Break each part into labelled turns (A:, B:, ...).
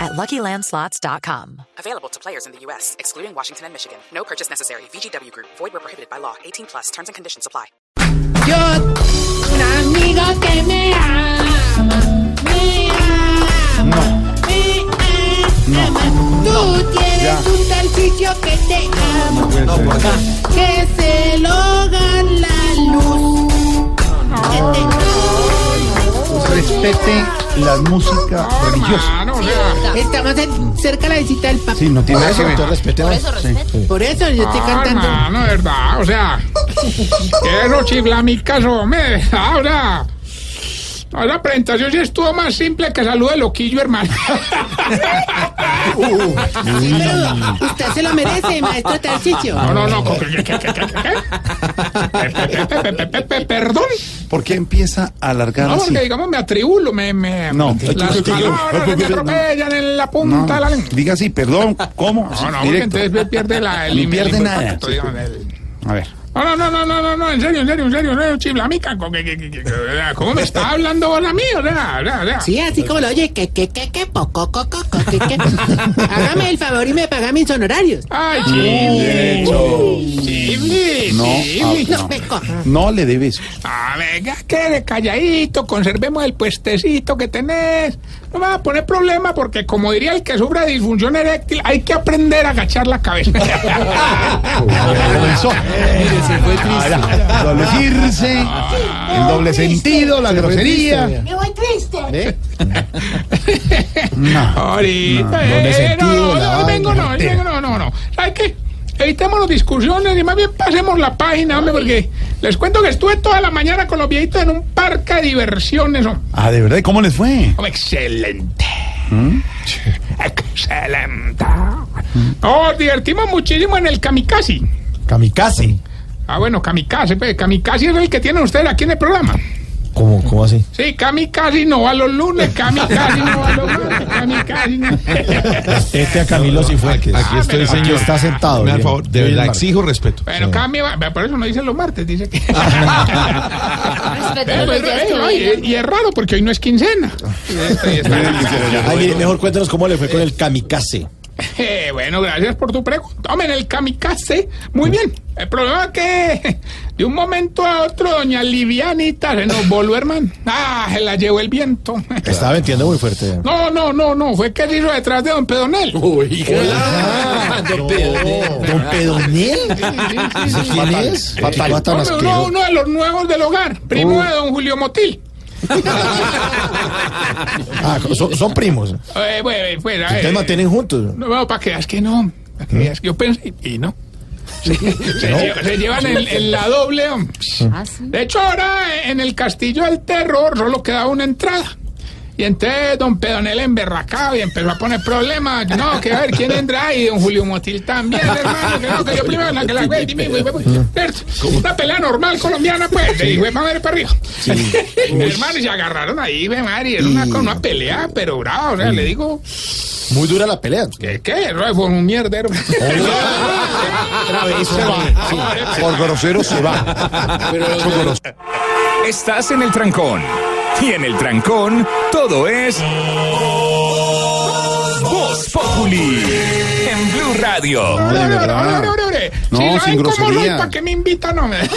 A: at luckylandslots.com.
B: Available to players in the U.S., excluding Washington and Michigan. No purchase necessary. VGW Group, void were prohibited by law. 18 plus terms and conditions apply.
C: Yo, un amigo que me ama, me ama, me ama. Tú tienes un tal bicho que te ama, que se lo gana la luz. Que te
D: respete la música religiosa.
C: ama. Estamos en- cerca de la visita del Papa.
D: Sí, no tiene nada que ver.
C: Por eso yo estoy
E: Ah,
C: cantando.
E: hermano, de verdad, o sea, que eso chiflamicas, hombre, ahora. No, la presentación sí estuvo más simple que saludo de loquillo, hermano.
C: Sí, pero usted se lo merece, maestro Tarcicio.
E: No, no, no. co- que- que- que- que- que- que- pe- pe- pe- pe- Perdón.
D: ¿Por qué empieza a alargar
E: No,
D: así?
E: porque digamos me atribulo, me. me
D: Ah, No.
E: las palabras que me atropellan en la
D: No,
E: punta de la lengua.
D: diga así, perdón, ¿cómo? Así,
E: No, no, porque
D: directo.
E: entonces pierde la. el-
D: Ni pierde
E: el-
D: nada.
E: digamos, el-
D: A ver.
E: No, no, no, no, no, no, no, en serio, en serio, en serio, en serio, chiblamica. co- que- que- que- que- o sea, ¿Cómo me está hablando ahora a mí? O sea, o sea, o sea.
C: Sí, así como lo oye, que, que, que, que, poco, coco, coco, que, que. Hágame el favor y me paga mis honorarios.
E: Ay, Chibli, Chibli,
D: No, ah,
E: Chibli.
C: No me coja.
D: No le debes.
E: Ah, venga, quede calladito, conservemos el puestecito que tenés. No me va a poner problema porque, como diría el que sufre de disfunción eréctil, hay que aprender a agachar la cabeza.
D: Eso. Adolescirse,
F: Ah.
D: el doble sentido, la grosería.
C: Me voy triste.
F: ¿Eh?
D: No.
E: Ahorita,
D: doble
E: eh, eh, no,
D: sentido,
E: no,
D: la
E: no, hoy
D: vaina,
E: vengo, no, hoy
D: entera.
E: vengo, no, no, no. ¿Sabes qué? Evitemos las discusiones y más bien pasemos la página, hombre, porque les cuento que estuve toda la mañana con los viejitos en un parque de diversiones, hombre.
D: Ah, ¿de verdad? ¿Y cómo les fue?
E: Oh, excelente. Excelente. Nos divertimos muchísimo en el kamikaze.
G: Kamikaze.
E: Ah, bueno, kamikaze, pues, kamikaze es el que tienen ustedes aquí en el programa.
G: ¿Cómo, cómo así?
E: Sí, kamikaze no va los lunes, kamikaze no va los lunes, kamikaze no.
G: Este a Camilo si fue. Aquí,
E: Ah, pero-
G: señor. Está sentado.
F: Hazme el
G: bien.
F: favor, de
G: Bien,
F: verdad,
G: Marco.
F: exijo respeto.
E: Pero Cami, va- por eso no dice los martes, dice que...
F: Ah,
E: Eh, pues, eh, oye, y es raro porque hoy no es quincena.
G: Ay, mejor cuéntanos cómo le fue con el kamikaze.
E: Eh, bueno, gracias por tu pregunta. Hombre, en el kamikaze, muy bien. El problema es que de un momento a otro, doña Livianita se nos voló, hermano. Ah, se la llevó el viento.
G: Estaba metiendo muy fuerte.
E: No, no, no, no, fue que se hizo detrás de don Pedonel.
G: Don Pedonel. ¿Ese ¿Quién es? Papá
E: Hombre, uno, uno de los nuevos del hogar, primo de don Julio Motil.
G: Ah, son, son primos.
E: Eh, bueno, pues, a ver,
G: Ustedes mantienen juntos.
E: No, bueno, para que veas que no. Para que veas que yo pensé y no. Se, se lleva- se llevan en, en la doble. hombre. De hecho, ahora eh, en el Castillo del Terror solo quedaba una entrada. Y entonces don Pedonel emberracado y empezó a poner problemas. No, que a ver quién entra. Y don Julio Motil también, hermano. Que no, que yo primero, la que la güey, dime, güey, güey, güey. ¿Cierto? Una pelea normal colombiana, pues. Y güey, vamos a ver para arriba. hermano, y se agarraron ahí, güey, madre. y Era una, una pelea, pero brava. O sea, le digo.
G: Muy dura la pelea.
E: ¿Qué? ¿Qué? Fue un mierdero.
D: Por grosero se va.
H: Estás en el trancón. Y en el trancón, todo es. Voz Populi. En Blue Radio.
D: No, de verdad. No,
E: si saben
D: sin
E: cómo soy,
D: groserías.
E: ¿para qué me invitan? No, me... No, es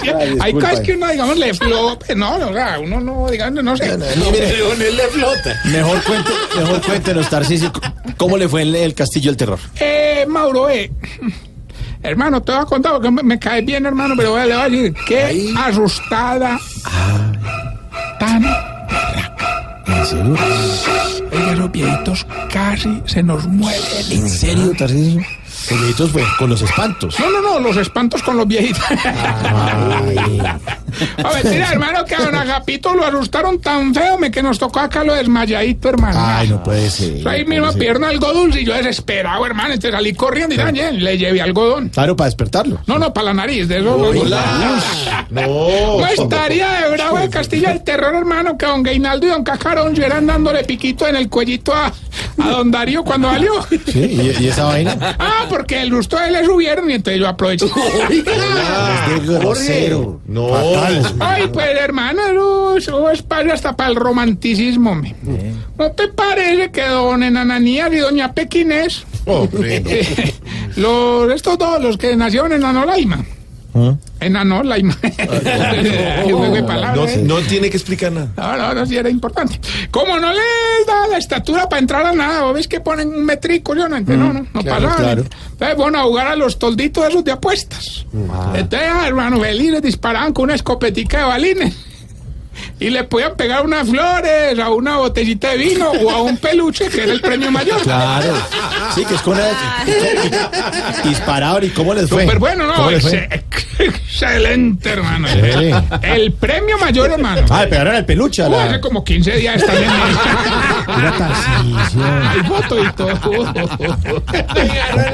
E: que
D: Ay,
E: hay
D: disculpa.
E: cosas que uno, digamos, le flope. No, no, o sea, uno no, digamos, no sé.
G: Mejor, cuente, mejor cuéntenos, Tarcisio, cómo le fue en el Castillo del Terror.
E: Eh, Mauro, eh. Hermano, te voy a contar porque me, me caes bien, hermano, pero voy a- le voy a decir, qué asustada. Tan.
G: ¿En serio?
E: Oiga, los viejitos casi se nos mueren.
G: ¿En serio, Tarcisio? Los viejitos fue con los espantos.
E: No, no, no, los espantos con los viejitos. A ver, mira, hermano, que a don Agapito lo asustaron tan feo me que nos tocó acá lo desmayadito, hermano.
G: Ay, no puede ser.
E: Ahí
G: no puede
E: misma
G: ser.
E: pierna algo dulce y yo desesperado, hermano. Entonces salí corriendo y dañé, le llevé algodón.
G: Claro, para despertarlo.
E: No, no, para la nariz, de eso.
G: No.
E: No estaría de bravo de Castilla el terror, hermano, que don Gainaldo y don Cacarón llegaran dándole piquito en el cuellito a, a don Darío cuando salió.
G: Sí, y, y esa vaina.
E: Ah, porque el gusto de él le subieron y entonces yo aproveché.
G: es de grosero. No.
E: Ay, pues hermano, eso- eso es para- hasta para el romanticismo, me. ¿No te parece que don Enananías y doña Pequinés, eh, los, estos dos, los que nacieron en Anolaima? En Anolaima. Qué juego de palabras, eh.
G: tiene que explicar nada.
E: No, no, no, sí era importante. Como no les da la estatura para entrar a nada, ¿vos ves que ponen un metrico? Yo no entiendo, no, no, no
G: Mm, claro,
E: pasa nada.
G: claro.
E: Entonces, bueno, a jugar a los tolditos esos de apuestas. Entonces, ah, hermano, Belín les disparaban con una escopetica de balines. Y le podían pegar unas flores, a una botellita de vino o a un peluche, que era el premio mayor.
G: Claro. Sí, que es con una. Disparador. ¿Y cómo les fue?
E: Pero bueno, no,
G: ¿Cómo les
E: ex-
G: fue?
E: excelente, hermano.
G: Sí.
E: El premio mayor, hermano.
G: Ah, le pegaron al peluche. A
E: Uy, hace
G: la...
E: como 15 días están en
G: Era Tarcisio.
E: Hay foto y todo.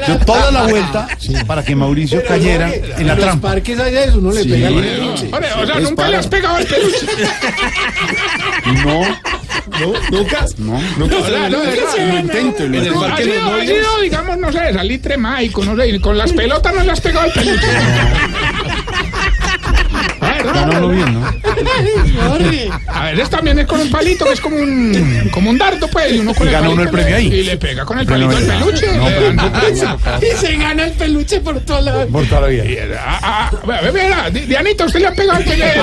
D: Yo toda la vuelta ah, para que Mauricio cayera en la trampa.
G: parques hay eso, no le pegan
E: Hombre, o sea, nunca le has pegado al peluche.
D: No,
G: Nunca.
D: no.
E: O sea, no, de
D: Lo
E: verdad.
D: intento, lo
E: No,
D: intento.
E: ha sido, ha sido, digamos, no sé, salitre mágico, no sé, y con las pelotas no le has pegado al peluche. Ay,
D: No lo
E: Ronald,
D: vi, ¿no?
E: A veces también es con un palito, que es como un, como un dardo, pues, y uno con
D: Y ganó uno el
E: palito
D: premio
E: le-
D: ahí.
E: Y le pega con el
D: Pero no
E: palito al
D: me-
E: peluche.
D: no,
E: le
D: pero
E: dan
D: no,
E: una pizza.
C: Y se gana el peluche por toda la...
D: Por toda la vida.
E: Ah, ah, ah, ve- Mira, Di- Dianita, usted le ha pegado al peluche.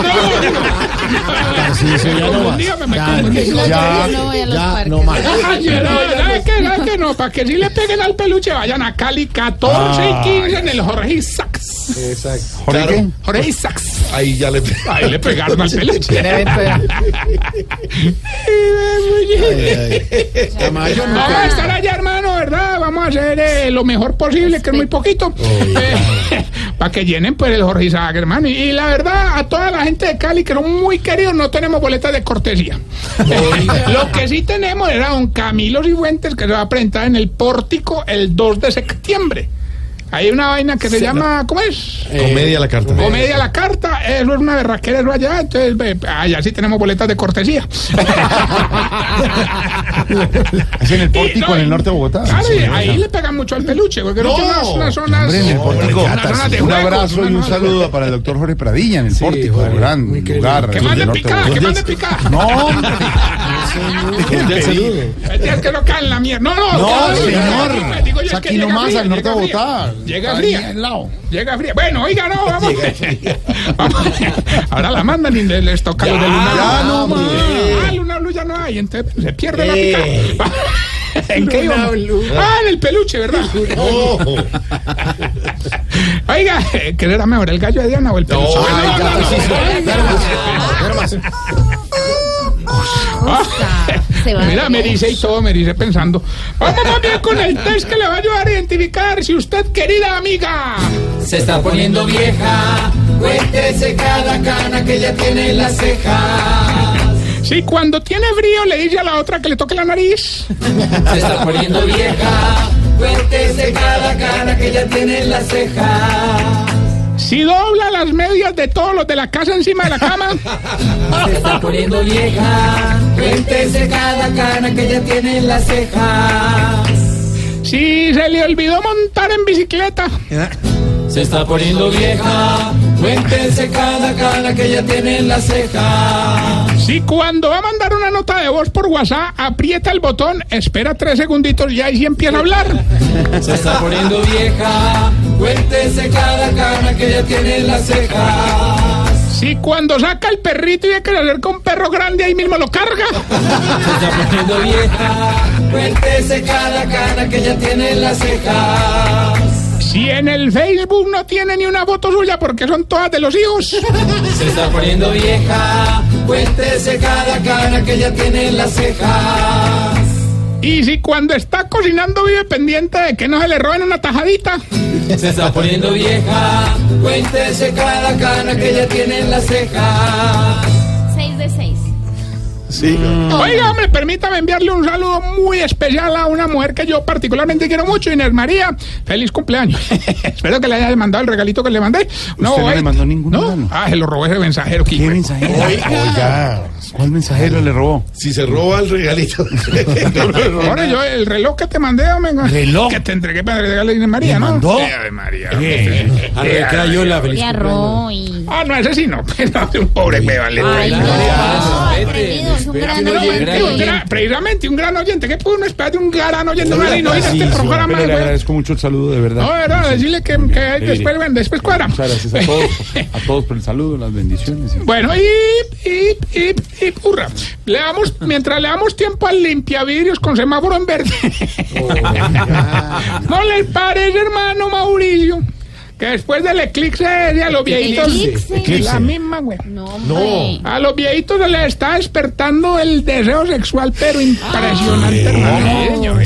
G: Tarcisio, ya no
E: Un
G: más.
E: día me- me
G: Ya,
E: confundí.
G: ya,
F: no voy a los
G: ya,
F: parques.
G: no más.
E: Ay, Gerardo, ¿Sabe qué? ¿Sabe qué? No, para que si le peguen al peluche, vayan a Cali 14
G: Ah,
E: y 15 en el Jorge Isaacs.
D: ¿Jorge qué?
E: Jorge Isaacs.
G: Eh, oh, Ahí ya le
E: Ahí le pegaron al peluche.
G: Tamayo
E: Vamos
G: nunca.
E: a estar allá, hermano, ¿verdad? Vamos a hacer eh, lo mejor posible, que es muy poquito. para que llenen pues el Jorge Isaac, hermano. Y, y la verdad, a toda la gente de Cali, que son muy queridos, no tenemos boletas de cortesía. lo que sí tenemos era don Camilo Cifuentes, que se va a presentar en el pórtico el 2 de septiembre. Hay una vaina que se llama, ¿cómo es?
D: Eh,
G: Comedia la carta.
E: Comedia a la carta, eso es una berraquera, eso allá, entonces ve, allá sí tenemos boletas de cortesía.
D: Es en el
E: Y
D: pórtico,
E: no,
D: en el norte de Bogotá.
E: Claro, y ahí le pegan mucho al peluche, porque creo que unas, unas zonas.
D: Hombre, en el pórtico.
E: unas zonas de
D: Un
E: juegos,
D: abrazo
E: unas
D: y un
E: zonas-
D: saludo para el doctor Jorge Pradilla en el pórtico. Gran lugar.
E: Que
D: del
E: mande
D: norte de
E: picada, que
D: Bogotá.
E: mande picada.
D: No, hombre.
E: Es que no caen la mierda. No, no,
D: No,
E: claro,
D: señor.
E: digo, digo yo,
D: Es
E: es que
D: aquí
E: llega
D: nomás
E: fría,
D: al norte de
E: llega
D: Bogotá.
E: fría. Llega
D: Ahí
E: fría.
D: al lado.
E: Llega fría. Bueno, oiga, no, vamos. Vamos. Ahora la mandan y les, les toca lo de Luna Blue.
D: ya no más. Eh.
E: Ah, Luna Blue ya no hay, entonces se pierde la picada. ¿En qué íbamos? Ah, en el peluche, ¿verdad? Oiga, eh, ¿qué era mejor, el gallo de Diana o el peluche? Bueno,
G: Ay, ya, Tarcisio. Ya no más, ya no más.
F: Se va
E: Mira,
F: a
E: me dice y todo, me dice pensando. Vamos más bien con el test que le va a ayudar a identificar si usted, querida amiga.
I: Se está poniendo vieja, cuéntese cada cana que ya tiene en las cejas.
E: Si cuando tiene frío le dice a la otra que le toque la nariz.
I: Se está poniendo vieja, cuéntese cada cana que ya tiene en las cejas.
E: Si dobla las medias de todos los de la casa encima de la cama.
I: Se está poniendo vieja, cuéntese cada cana que ya tiene en las cejas.
E: Si se le olvidó montar en bicicleta.
I: Se está poniendo vieja, cuéntese cada cana que ya tiene en las cejas.
E: Si cuando va a mandar una nota de voz por WhatsApp aprieta el botón, espera tres segunditos y ahí sí empieza a hablar.
I: Se está poniendo vieja, cuéntese cada cana que ya tiene en las cejas.
E: Si cuando saca el perrito y hay que le acerca un perro grande ahí mismo lo carga.
I: Se está poniendo vieja, cuéntese cada cana que ya tiene en las cejas.
E: Si en el Facebook no tiene ni una foto suya porque son todas de los hijos.
I: Se está poniendo vieja, cuéntese cada cana que ya tiene en las cejas.
E: Y si cuando está cocinando vive pendiente de que no se le roben una tajadita.
I: Se está poniendo vieja. Cuéntese cada cana que ya tiene en la ceja.
F: 6 de 6.
G: Sí.
E: Oiga, hombre, permítame enviarle un saludo muy especial a una mujer que yo particularmente quiero mucho, Inés María. Feliz cumpleaños. Espero que le haya mandado el regalito que le mandé.
D: Usted no le
E: hoy-
D: mandó ninguno,
E: No,
D: hermano.
E: ah, se lo robé ese mensajero.
D: ¿Qué mensajero?
J: Oiga,
D: ¿Cuál mensajero le robó?
J: si se roba el regalito.
E: Ahora yo, el reloj que te mandé, hombre,
D: ¿Reloj?
E: que te entregué para regalarle a Inés María,
D: ¿Le
E: ¿no?
D: mandó?
E: Sí, Ave María.
G: Arre, Crayola, feliz
F: Y a Roy.
E: Ah, no, ese sí no, pero un pobre me vale.
F: Ay, no, atrevido, es un gran
E: No,
F: oyente.
E: mentira, un gran- precisamente un gran oyente. ¿Qué puede uno esperar de un gran oyente? No, no, oiga, este programa,
D: Pero le
E: güey.
D: agradezco mucho el saludo, de verdad.
E: No, era decirle que, que después, bueno, después cuadra.
D: Muchas gracias a todos, a todos por el saludo, las bendiciones.
E: Bueno, y, y, y, y, hurra. Le damos, mientras le damos tiempo al limpiavidrios con semáforo en verde. ¿No les parece, hermano Mauricio? Que después del eclipse de a los viejitos.
F: Eclipse.
E: La misma, güey.
F: No, hombre.
E: A los viejitos se les está despertando el deseo sexual, pero impresionante,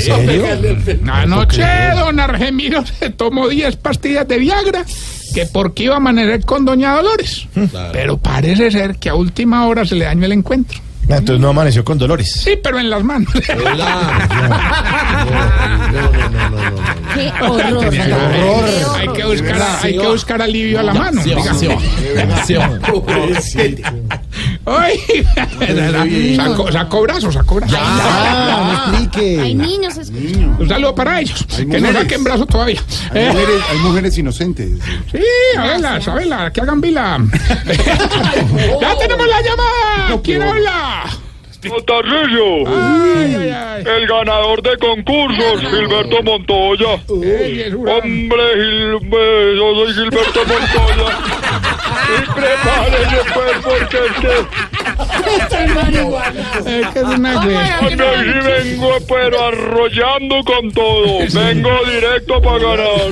E: hermano. Anoche, don Argemiro se tomó 10 pastillas de Viagra, que porque iba a amanecer con doña Dolores. Pero parece ser que a última hora se le dañó el encuentro.
J: Entonces no amaneció con Dolores.
E: Sí, pero en las manos.
F: Qué horror.
E: Hay que- Hay que buscar, a- hay que buscar alivio a la mano. digamos. Ay, sacó, sacó brazos, sacó brazos.
G: Ah, no
F: Hay
G: explique.
F: niños escuchando.
E: Un saludo para ellos, que no
D: mujeres.
E: saquen brazos todavía. Eh,
D: Hay mujeres, hay mujeres inocentes.
E: Sí, ábela, ábela, que hagan vila. ya tenemos la llamada. ¿Quién habla? Ah. Ay, ay, ay.
I: el ganador de concursos,
E: Ah.
I: Gilberto Montoya.
E: Ey, es un-
I: Hombre, Gilberto, yo soy Gilberto Montoya. Y prepárense pues porque es que
E: Es que es una güey.
I: hombre, aquí vengo pero arrollando con todo. Vengo directo para ganar.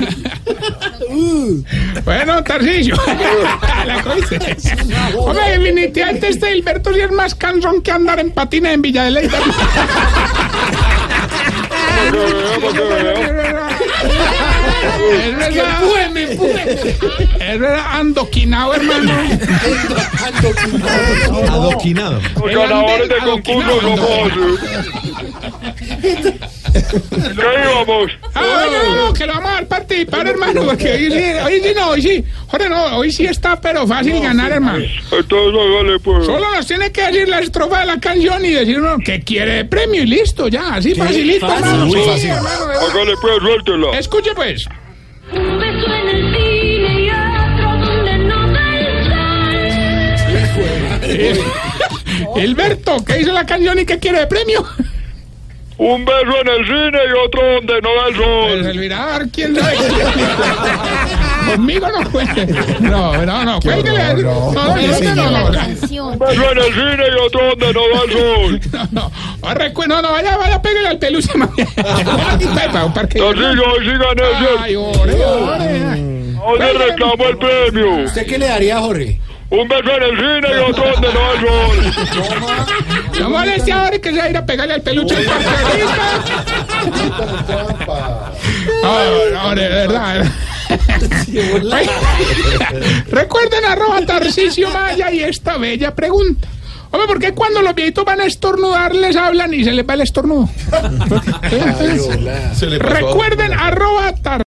E: Bueno, Tarcillo. la cogiste. Hombre, definitivamente este Gilberto sí es más cansón que andar en patina en Villa de Ley.
I: Porque veo, porque veo.
E: Es verdad. Es verdad, andoquinado, hermano.
G: Adoquinado.
I: Los
E: El
I: ganadores de
E: Ander-
I: concursos
E: Adoquinado.
I: somos. ¿Qué íbamos?
E: Ah, no, no, que lo vamos a dar participar, hermano, porque hoy sí, hoy sí no, hoy sí. Jorge, no, hoy sí está, pero fácil ganar, hermano.
I: Entonces, hágale pues.
E: Solo nos tiene que decir la estrofa de la canción y decirnos que quiere de premio y listo, ya, así facilito, hermano.
G: muy
E: sí,
G: fácil.
E: hermano, de verdad.
I: Hágale pues, suéltela.
E: Escuche, pues.
F: Un beso en el cine y otro donde no
E: Gilberto, Eh, ¿qué dice la canción y qué quiere de premio?
I: Pues, Un beso en el cine y otro donde no da el
E: Pues
I: sol.
E: el mirar, quién sabe. Conmigo no cuente. No, no, no, cuélguele. No, no, no, no, no, no.
F: canción.
I: Un beso en el cine y otro donde no da el sol.
E: No, no, Ah, recu- no, no, vaya, vaya, pégale al peluche, mami. pues, Para un parque.
I: Tarcillo, hoy sí gané,
E: Ay,
I: ¿cierto?
E: ore, ore.
I: Hoy le reclamo el premio.
G: ¿Usted qué le daría, Jorge?
I: Un beso en el cine y otro donde no da el sol.
E: No moleste ahora que se va a ir a pegarle al peluche al parque. Ahora, ahora, de verdad. Recuerden arroba Tarcisio Maya y esta bella pregunta. Hombre, ¿por qué cuando los viejitos van a estornudar les hablan y se les va el estornudo?
J: Se le pasó a-
E: Recuerden arroba Tar